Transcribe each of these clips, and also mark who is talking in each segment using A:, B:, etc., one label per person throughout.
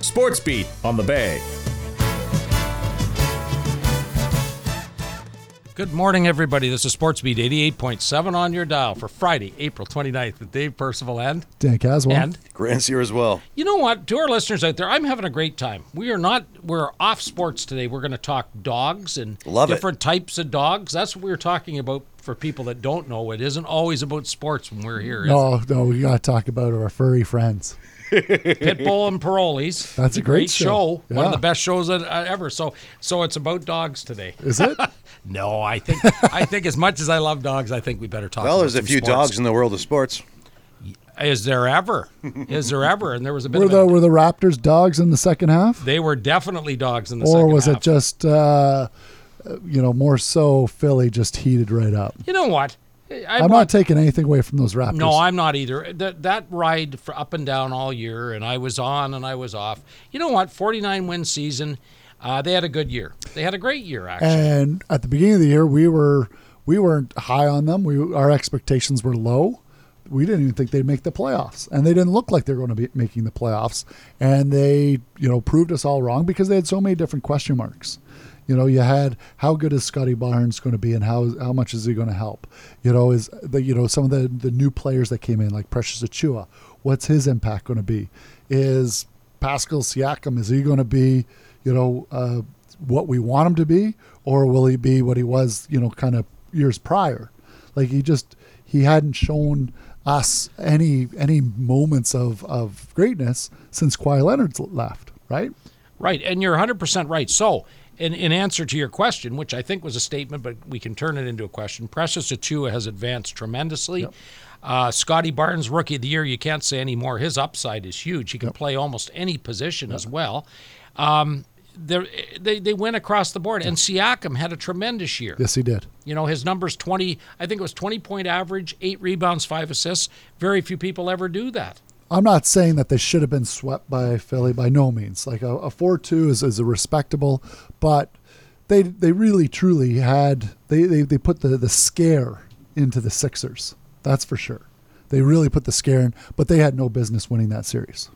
A: Sports Beat on the Bay.
B: Good morning, everybody. This is SportsBeat 88.7 on your dial for Friday, April 29th with Dave Percival and,
C: Dan
D: Oh.
C: Caswell.
B: and
D: Grant's here as well.
B: you know what? To our listeners out there, I'm having a great time. We are not, we're off sports today. We're going to talk dogs and
D: Love it.
B: different types of dogs. That's what we are talking about for people that don't know. It isn't always about sports when we're here. It's
C: no, Oh, no, we gotta talk about our furry friends.
B: Pitbull and Paroles.
C: That's a great show.
B: One of
C: Yeah.
B: the best shows that, uh, ever. So, so it's about dogs today.
C: Is it?
B: No, I think, I think as much as I love dogs, I think we better talk.
D: Well,
B: about
D: there's a
B: some
D: few
B: sports.
D: dogs in the world of sports.
B: Is there ever? Is there ever? And there was a bit
C: were
B: of a,
C: the were the Raptors dogs in the second half,
B: they were definitely dogs in the
C: or
B: second
C: was
B: half.
C: it just uh, you know more so Philly just heated right up?
B: You know what? I-
C: I'm,
B: I'm
C: not taking anything away from those Raptors.
B: No, I'm not either. That that ride for up and down all year, and I was on and I was off. You know what? 49 win season. Uh, they had a good year. They had a great year actually.
C: and at the beginning of the year, we were we weren't high on them. We our expectations were low. We didn't even think they'd make the playoffs, and they didn't look like they were going to be making the playoffs. And they, you know, proved us all wrong because they had so many different question marks. You know, you had how good is Scotty Barnes going to be, and how how much is he going to help? You know, is the you know some of the the new players that came in like Precious Achua, what's his impact going to be? Is Pascal Siakam is he going to be, you know, uh, what we want him to be, or will he be what he was, you know, kind of years prior? Like he just he hadn't shown us any any moments of of greatness since Kawhi Leonard's left, right?
B: Right, and you're 100% right. So, in, in answer to your question, which I think was a statement, but we can turn it into a question, Precious Achua has advanced tremendously. Uh, Scotty Barnes, rookie of the year, you can't say anymore. His upside is huge. He can play almost any position as well. Um, they're- they they went across the board, and Siakam had a tremendous year.
C: Yes, he did.
B: You know, his numbers 20, I think it was 20 point average, eight rebounds, five assists. Very few people ever do that.
C: I'm not saying that they should have been swept by Philly by no means. Like a, a 4-2 is, is a respectable, but they they really truly had they, they, they put the, the scare into the Sixers. That's for sure. They really put the scare in, but they had no business winning that series.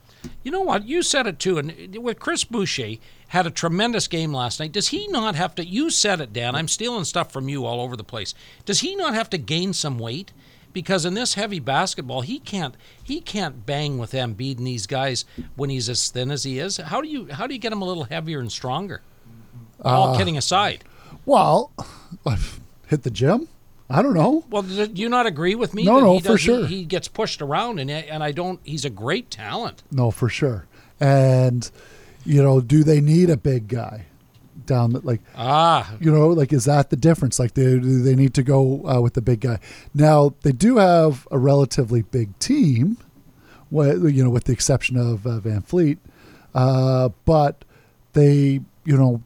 B: You know what? You said it too. And with Chris Boucher had a tremendous game last night. Does he not have to? You said it, Dan. I'm stealing stuff from you all over the place. Does he not have to gain some weight? Because in this heavy basketball, he can't he can't bang with Embiid and these guys when he's as thin as he is. How do you how do you get him a little heavier and stronger? all
C: Uh,
B: kidding aside,
C: Well, I've hit the gym. I don't know.
B: well, do you not agree with me?
C: No,
B: that
C: no,
B: he
C: for
B: does- he-
C: sure.
B: He, gets pushed around, and and I don't. He's a great talent.
C: No, for sure. And you know, do they need a big guy down that like
B: Ah,
C: you know like is that the difference like they do they need to go uh, with the big guy now they do have a relatively big team well, you know with the exception of uh, van fleet uh, but they you know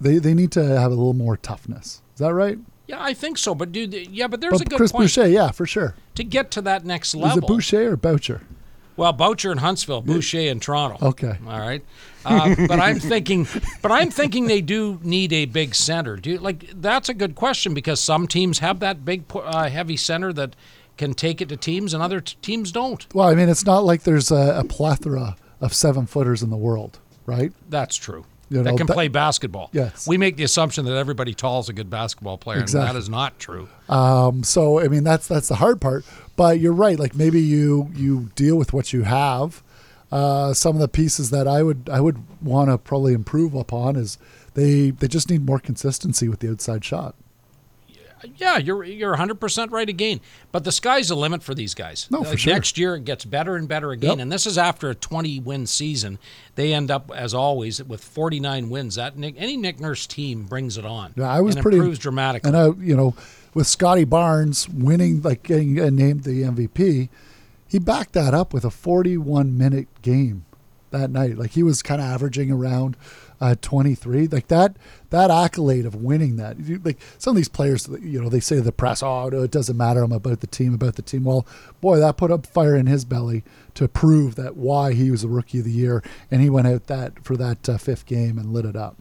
C: they they need to have a little more toughness is that right
B: yeah, I think so. But dude, yeah, but there's a
C: but
B: good
C: chris
B: point.
C: boucher yeah for sure
B: to get to that next
C: is
B: level.
C: it boucher or boucher
B: Well, Boucher in Huntsville, Boucher in Toronto.
C: Okay.
B: all right. Uh, but I'm thinking, but I'm thinking they do need a big center. Do you, like that's a good question because some teams have that big, pu- uh, heavy center that can take it to teams, and other t- teams don't.
C: well i mean it's not like there's a, a plethora of seven footers in the world right
B: That's true.
C: You
B: that
C: know,
B: can
C: that-
B: play basketball.
C: Yes.
B: We make the assumption that everybody tall is a good basketball player, and that
C: Exactly.
B: is not true.
C: Um, so I mean that's that's the hard part. But you're right. Like maybe you you deal with what you have. Uh, some of the pieces that I would I would want to probably improve upon is they they just need more consistency with the outside shot.
B: Yeah, you're you're 100% right again. But the sky's the limit for these guys.
C: No, for
B: Like,
C: sure.
B: Next year it gets better and better again.
C: Yep.
B: And this is after a 20 win season. They end up as always with 49 wins. That Nick, any Nick Nurse team brings it on.
C: Yeah, I was
B: and
C: pretty
B: improves dramatically.
C: And I you know with Scotty Barnes winning like getting uh, named the MVP, he backed that up with a 41 minute game that night. Like he was kind of averaging around uh, 23. Like that that accolade of winning that. you- Like some of these players, you know, they say to the press, "Oh, no, it doesn't matter. I'm about the team, about the team." Well, boy, that put up fire in his belly to prove that why he was the rookie of the year, and he went out that for that uh, fifth game and lit it up.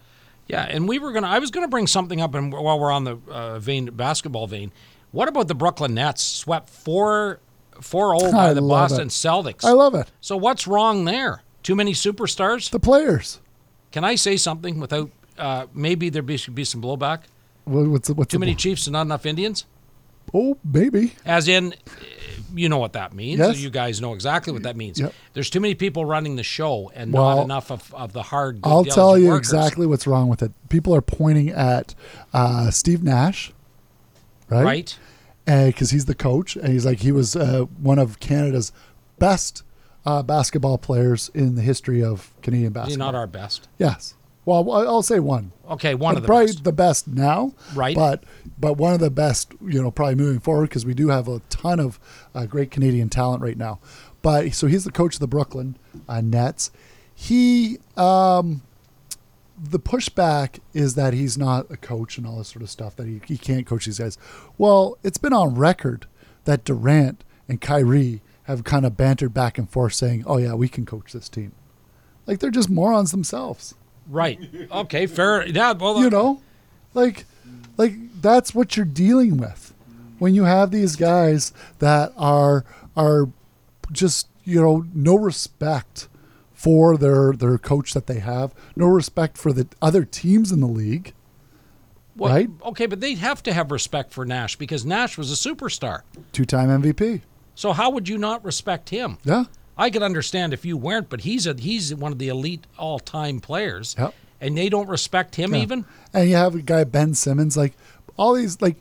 B: yeah, and we were gonna. I was gonna bring something up, and while we're on the uh, vein basketball vein, what about the Brooklyn Nets swept four four zero by
C: I
B: the
C: love
B: Boston
C: it.
B: Celtics?
C: I love it.
B: so what's wrong there? Too many superstars?
C: The players.
B: Can I say something without uh, maybe there be, should be some blowback?
C: What- What's what's
B: Too many Chiefs and not enough Indians?
C: Oh, maybe.
B: As in, uh, you know what that means.
C: Yes.
B: You guys know exactly what that means.
C: Yep.
B: There's too many people running the show and
C: Well,
B: not enough of, of the hard. good
C: I'll
B: diligent
C: tell you
B: workers.
C: exactly what's wrong with it. People are pointing at uh, Steve Nash, right?
B: Right?
C: Because he's the coach, and he's like he was uh, one of Canada's best uh, basketball players in the history of Canadian
B: He's
C: basketball.
B: Not our best.
C: yes. Well, I- I'll say one.
B: Okay, one of the
C: probably
B: best.
C: the best now,
B: Right.
C: But but one of the best, you know, probably moving forward because we do have a ton of uh, great Canadian talent right now. But so he's the coach of the Brooklyn uh, Nets. He um, the pushback is that he's not a coach and all this sort of stuff that he, he can't coach these guys. Well, it's been on record that Durant and Kyrie have kind of bantered back and forth saying, "Oh yeah, we can coach this team." Like they're just morons themselves
B: Right. Okay, fair. Yeah, well,
C: you know like like that's what you're dealing with when you have these guys that are are just you know no respect for their their coach that they have no respect for the other teams in the league
B: well,
C: right?
B: Okay, but they have to have respect for Nash because Nash was a superstar.
C: two-time mvp
B: So how would you not respect him?
C: yeah
B: I could understand if you weren't, but he's a he's one of the elite all time players.
C: Yep.
B: And they don't respect him even.
C: and you have a guy ben simmons like all these like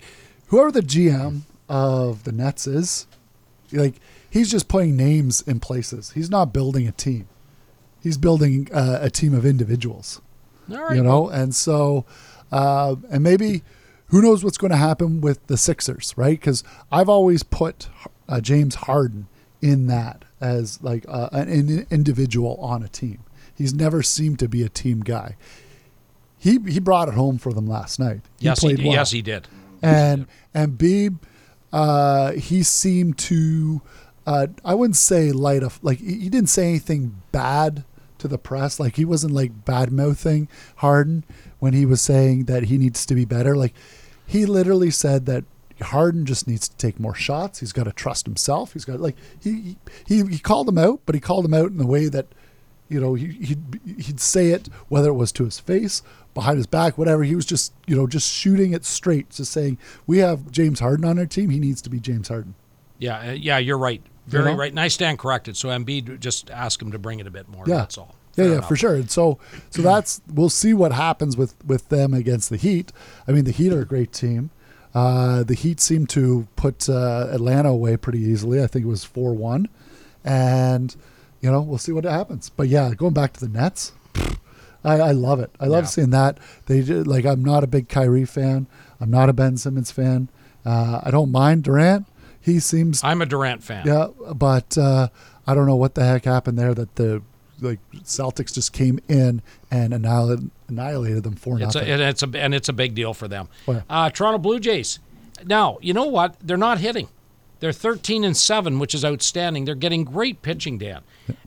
C: whoever the gm of the nets is like he's just putting names in places he's not building a team he's building uh, a team of individuals
B: All right.
C: you know and so uh, and maybe who knows what's going to happen with the sixers right because i've always put uh, james harden in that as like uh, an in- individual on a team he's never seemed to be a team guy he he brought it home for them last night he
B: yes, he
C: played
B: did.
C: well
B: yes, he did.
C: and and Beeb, uh, he seemed to, uh, I wouldn't say light up. Like he, he didn't say anything bad to the press. Like he wasn't like bad mouthing Harden when he was saying that he needs to be better. Like he literally said that Harden just needs to take more shots. He's got to trust himself. He's got like he he he called him out, but he called him out in the way that. You know, he, he'd he'd say it whether it was to his face, behind his back, whatever. He was just you know just shooting it straight, just saying we have James Harden on our team. He needs to be James Harden.
B: Yeah, uh, yeah, you're right. Very
C: know?
B: right. And I stand corrected. So Embiid just ask him to bring it a bit more.
C: Yeah,
B: That's all.
C: Yeah,
B: Fair
C: yeah,
B: enough.
C: for sure. And so so that's we'll see what happens with with them against the Heat. I mean, the Heat are a great team. Uh, the Heat seemed to put uh, Atlanta away pretty easily. I think it was four one, and you know we'll see what happens. But yeah, going back to the Nets. I, I love it. I love
B: Yeah.
C: seeing that. They did, like. I'm not a big Kyrie fan. I'm not a Ben Simmons fan. Uh, I don't mind Durant. He seems
B: I'm a Durant fan.
C: yeah, but uh, I don't know what the heck happened there that the like Celtics just came in and annihilated, annihilated them for
B: It's a,
C: nothing.
B: and it's a and it's a big deal for them.
C: Oh, yeah.
B: Uh, Toronto Blue Jays. Now you know what they're not hitting. They're 13 and seven, which is outstanding. They're getting great pitching, Dan.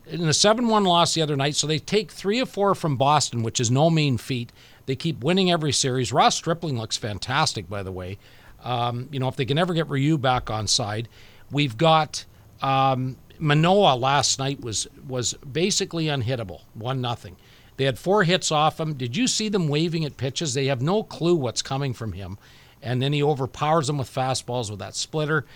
B: In a 7-1 loss the other night, so they take three or four from Boston, which is no mean feat. They keep winning every series. Ross Stripling looks fantastic, by the way. Um, you know, if they can ever get Ryu back on side, we've got um, Manoa last night was was basically unhittable, one nothing. They had four hits off him. Did you see them waving at pitches? They have no clue what's coming from him, and then he overpowers them with fastballs with that splitter.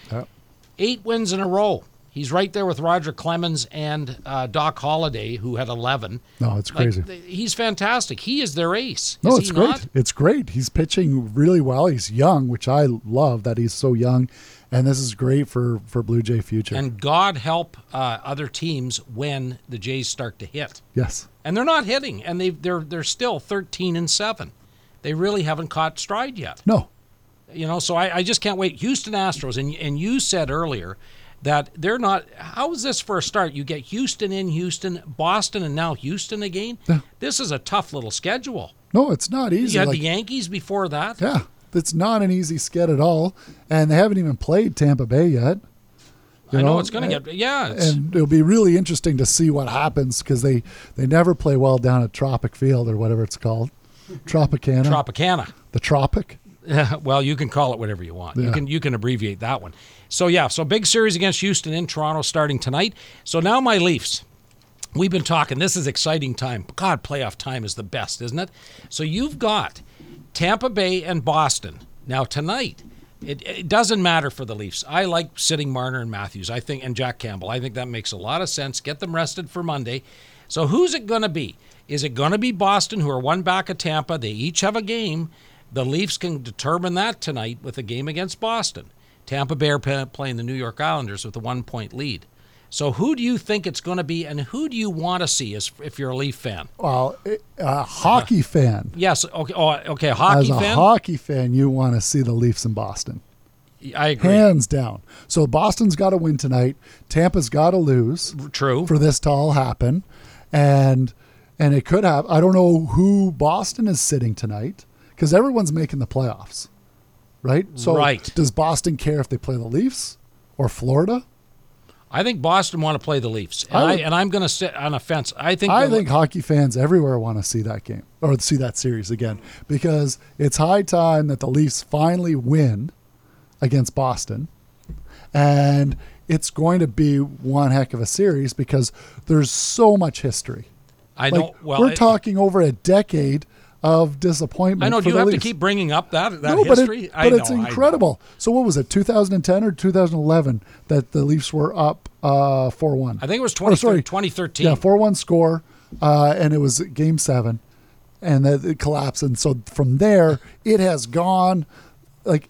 B: Eight wins in a row. He's right there with Roger Clemens and uh, Doc Holliday, who had eleven.
C: no, it's
B: Like,
C: crazy.
B: th- he's fantastic. He is their ace.
C: no,
B: is
C: it's
B: he
C: great.
B: Not?
C: It's great. He's pitching really well. He's young, which I love that he's so young, and this is great for for Blue Jay future.
B: And God help uh, other teams when the Jays start to hit.
C: yes,
B: and they're not hitting, and they they're they're still thirteen and seven. They really haven't caught stride yet.
C: no,
B: You know, so I, I just can't wait. Houston Astros, and and you said earlier that they're not. How is this for a start? You get Houston in Houston, Boston, and now Houston again. This is a tough little schedule.
C: no, it's not easy.
B: You had
C: Like,
B: the Yankees before that.
C: yeah, it's not an easy sked at all, and they haven't even played Tampa Bay yet.
B: I
C: You
B: know,
C: know,
B: it's going
C: I-
B: to get. Yeah, it's,
C: and it'll be really interesting to see what happens because they they never play well down at Tropic Field or whatever it's called, Tropicana,
B: Tropicana.
C: the Tropic.
B: well, you can call it whatever you want. You
C: Yeah.
B: can you can abbreviate that one. So yeah, so big series against Houston in Toronto starting tonight. So now my Leafs. We've been talking. This is exciting time. God, playoff time is the best, isn't it? So you've got Tampa Bay and Boston. Now tonight, it, it doesn't matter for the Leafs. I like sitting Marner and Matthews. I think and Jack Campbell. I think that makes a lot of sense. Get them rested for Monday. So who's it going to be? Is it going to be Boston, who are one back of Tampa? They each have a game. The Leafs can determine that tonight with a game against Boston. Tampa Bay are pa- playing the New York Islanders with a one-point lead. So who do you think it's going to be, and who do you want to see as if you're a Leaf fan?
C: Well, it- a hockey fan.
B: Yes. Okay. Oh, okay. a Hockey
C: As a
B: fan.
C: hockey fan, you want to see the Leafs in Boston.
B: I agree.
C: Hands down. So Boston's got to win tonight. Tampa's got to lose
B: True.
C: for this to all happen. And and it could have I don't know who Boston is sitting tonight cuz everyone's making the playoffs. Right? So
B: Right.
C: does Boston care if they play the Leafs or Florida?
B: I think Boston want to play the Leafs, and, I,
C: I-
B: and I'm going to sit on a fence. I think.
C: I
B: the-
C: think hockey fans everywhere want to see that game or see that series again because it's high time that the Leafs finally win against Boston. And it's going to be one heck of a series because there's so much history.
B: I
C: Like,
B: know. Well,
C: we're
B: I-
C: talking over a decade of disappointment.
B: I know.
C: for
B: Do you
C: the
B: have
C: Leafs.
B: to keep bringing up that that
C: no, but, it-
B: history? I
C: but it's
B: know, I know.
C: incredible. So what was it, 2010 or 2011, that the Leafs were up uh, 4-1?
B: I think it was 20,
C: Or, sorry,
B: 2013.
C: yeah, four one score, uh, and it was game seven, and that it collapsed. And so from there, it has gone like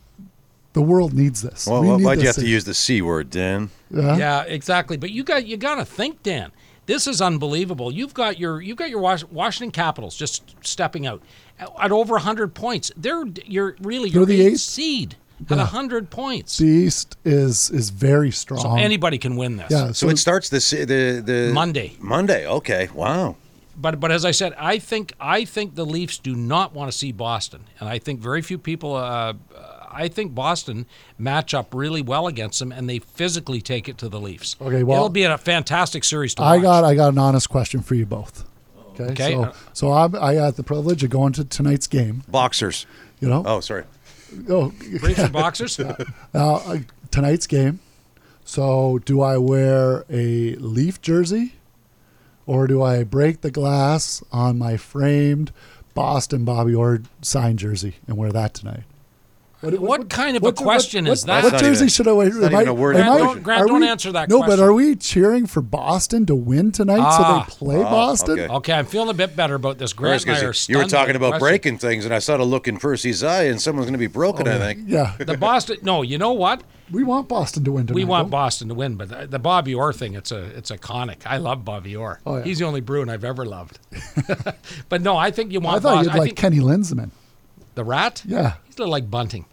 C: the world needs this.
D: Well,
C: We
D: well,
C: need
D: why'd you have
C: this
D: to
C: in-
D: use the c word, Dan?
C: Yeah.
B: Yeah, exactly. But you got you got to think, Dan. This is unbelievable. You've got your you've got your Wash- Washington Capitals just stepping out at, at over 100 points. They're you're really your
C: They're the
B: eighth,
C: eighth.
B: seed at 100 points.
C: The East is is very strong.
B: So anybody can win this.
C: um, yeah,
D: So,
C: so,
D: it starts the se- the the
B: Monday.
D: Monday. Okay. Wow.
B: But but as I said, I think I think the Leafs do not want to see Boston, and I think very few people. Uh, I think Boston match up really well against them, and they physically take it to the Leafs.
C: Okay, well-
B: it'll be a fantastic series to watch.
C: I got I got an honest question for you both. Okay,
B: Okay.
C: so so I'm, I got the privilege of going to tonight's game.
D: Boxers.
C: You know,
D: Oh, sorry.
C: oh,
B: briefs and boxers.
C: uh, uh, tonight's game. So, do I wear a Leaf jersey or do I break the glass on my framed Boston Bobby Orr signed jersey and wear that tonight?
B: What kind of a
C: what-
B: question
C: what-
B: is that?
C: What
D: That's not
C: jersey
D: even-
C: should I wear?
D: that's not
C: Am I-
D: even a word
C: am
B: Grant,
C: I-
B: don't- Grant,
C: are
B: don't
C: we-
B: answer that
C: No,
B: question.
C: but are we cheering for Boston to win tonight
B: Ah.
C: so they play Boston?
D: okay.
B: Okay, I'm feeling a bit better about this. Grant
D: First,
B: and I
D: 'cause
B: are
D: you, you were
B: stunned by
D: talking
B: the
D: about
B: question.
D: breaking things, and I saw the look in Percy's eye, and someone's going to be broken. I think.
C: Yeah.
B: The Boston. No, you know what?
C: We want Boston to win tonight.
B: We want
C: don't
B: Boston to win, but the, the Bobby Orr thing, it's a it's iconic. I love Bobby Orr.
C: Oh, yeah.
B: He's the only Bruin I've ever loved. but no, I think you
C: we?
B: want
C: I thought
B: Boston.
C: you'd like
B: I think
C: Kenny Linsman.
B: the rat.
C: Yeah.
B: He's a little like Bunting.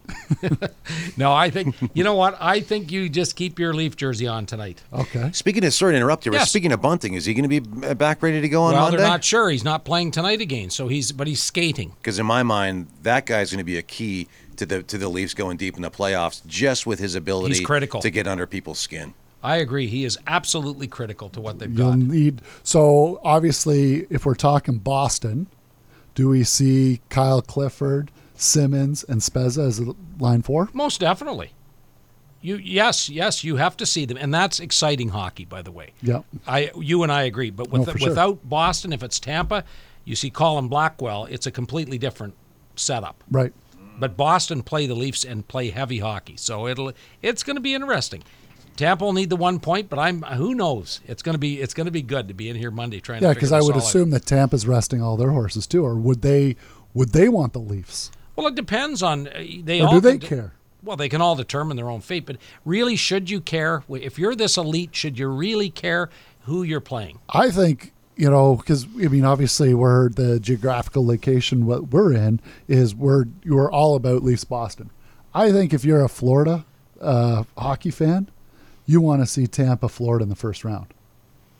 B: no, I think you know what? I think you just keep your Leaf jersey on tonight.
C: Okay.
D: Speaking of, sorry to interrupt you. but
B: Yes.
D: Speaking of bunting, is he going to be uh, back ready to go on
B: well,
D: Monday?
B: they're not sure. He's not playing tonight again, so he's but he's skating.
D: because in my mind that guy's going to be a key to the to the Leafs going deep in the playoffs just with his ability
B: He's critical.
D: to get under people's skin.
B: I agree. He is absolutely critical to what they've
C: You'll
B: got.
C: need so obviously if we're talking Boston, do we see Kyle Clifford, Simmons, and Spezza as the line four?
B: Most definitely. You yes, yes, you have to see them, and that's exciting hockey, by the way.
C: Yep.
B: I you and I agree, but with,
C: No, for sure.
B: without Boston, if it's Tampa, you see Colin Blackwell, it's a completely different setup.
C: Right.
B: But Boston play the Leafs and play heavy hockey, so it'll it's going to be interesting. Tampa will need the one point, but I'm who knows. It's going to be it's going to be good to be in here Monday trying
C: Yeah,
B: to. figure
C: because I
B: this
C: would
B: all out.
C: assume that Tampa's resting all their horses too, or would they would they want the Leafs?
B: Well, it depends on uh, they.
C: Or
B: all
C: do they
B: can de-
C: care?
B: Well, they can all determine their own fate, but really, should you care? W- If you're this elite, should you really care who you're playing?
C: I think you know because I mean obviously we're the geographical location what we're in is we're you're all about Leafs Boston. I think if you're a Florida uh, hockey fan, you want to see Tampa Florida in the first round,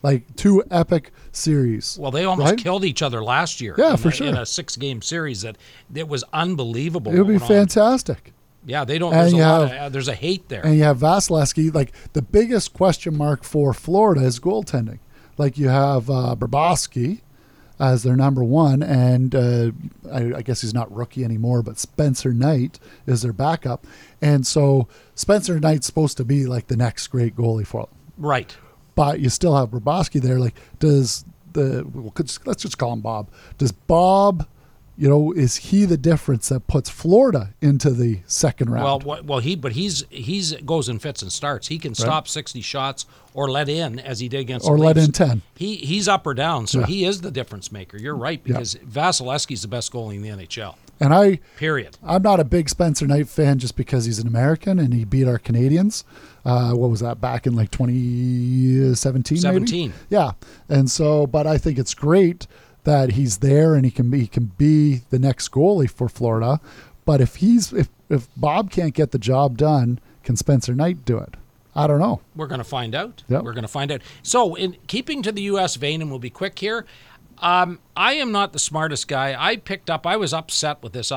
C: like two epic series.
B: Well, they almost
C: Right?
B: killed each other last year.
C: Yeah,
B: in
C: for
B: a,
C: sure.
B: In a six-game series that that was unbelievable.
C: It would be
B: what went on.
C: fantastic.
B: Yeah, they don't.
C: And
B: There's a,
C: you
B: lot of,
C: have-
B: uh, there's a hate there.
C: And you have Vasilevsky. Like the biggest question mark for Florida is goaltending. Like you have uh, Bobrovsky as their number one, and uh, I, I guess he's not rookie anymore, but Spencer Knight is their backup, and so Spencer Knight's supposed to be like the next great goalie for them.
B: right.
C: but you still have Roboski there. Like, does the well, could- let's just call him Bob? Does Bob, you know, is he the difference that puts Florida into the second round?
B: Well, wha- well, he but he's he's goes in fits and starts. He can stop sixty shots or let in as he did against the
C: Or let
B: Leafs.
C: in 10.
B: He he's up or down, so he is the difference maker. You're right because Vasilevsky's the best goalie in the NHL.
C: and I
B: Period.
C: I'm not a big Spencer Knight fan just because he's an American and he beat our Canadians. Uh, what was that back in like 2017?
B: 17.
C: Maybe? Yeah, and so, but I think it's great that he's there and he can be he can be the next goalie for Florida. But if he's if if Bob can't get the job done, can Spencer Knight do it? I don't know.
B: We're going to find out.
C: Yep.
B: We're going to find out. So, in keeping to the U.S. vein, and we'll be quick here. Um, I am not the smartest guy. I picked up. I was upset with this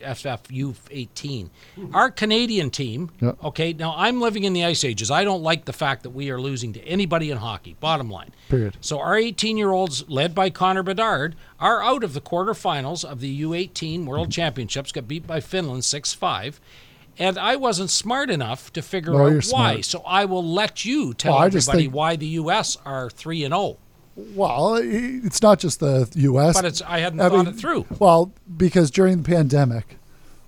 B: IHFFU 18. Our Canadian team.
C: Yep.
B: Okay. Now I'm living in the ice ages. I don't like the fact that we are losing to anybody in hockey. Bottom line.
C: Period.
B: So our 18-year-olds, led by Connor Bedard, are out of the quarterfinals of the U18 World Championships. Got beat by Finland 6-5. And I wasn't smart enough to figure
C: No,
B: out why.
C: you're smart.
B: So I will let you tell
C: Well, I just
B: everybody
C: think-
B: why the U.S. are three and oh. zero.
C: Well, it's not just the U.S.
B: But it's I hadn't
C: I
B: thought
C: mean,
B: it through.
C: Well, because during the pandemic,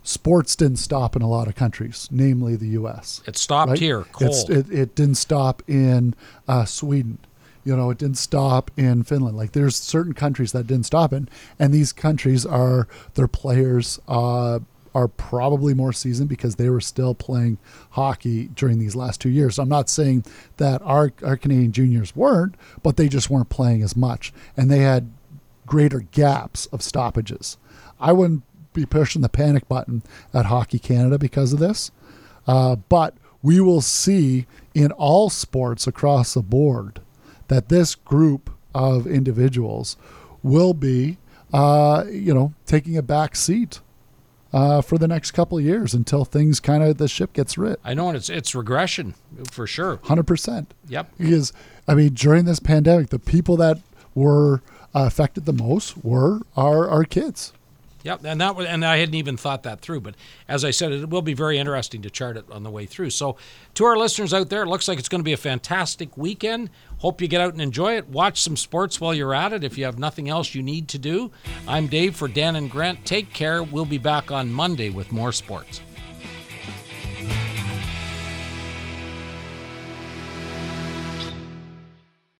C: sports didn't stop in a lot of countries, namely the U.S.
B: It stopped
C: right?
B: here,
C: It's-
B: cold.
C: it, it didn't stop in uh, Sweden. You know, it didn't stop in Finland. Like there's certain countries that didn't stop in, and these countries are their players uh, are probably more seasoned because they were still playing hockey during these last two years. I'm not saying that our our Canadian juniors weren't, but they just weren't playing as much, and they had greater gaps of stoppages. I wouldn't be pushing the panic button at Hockey Canada because of this. Uh, but we will see in all sports across the board that this group of individuals will be, uh, you know, taking a back seat uh, for the next couple of years until things kind of the ship gets writ.
B: I know, and it's it's regression for sure.
C: Hundred percent.
B: Yep.
C: Because I mean, during this pandemic, the people that were uh, affected the most were our our kids.
B: Yep, and that was, and I hadn't even thought that through. But as I said, it will be very interesting to chart it on the way through. So, to our listeners out there, it looks like it's going to be a fantastic weekend. Hope you get out and enjoy it. Watch some sports while you're at it. If you have nothing else you need to do, I'm Dave for Dan and Grant. Take care. We'll be back on Monday with more sports.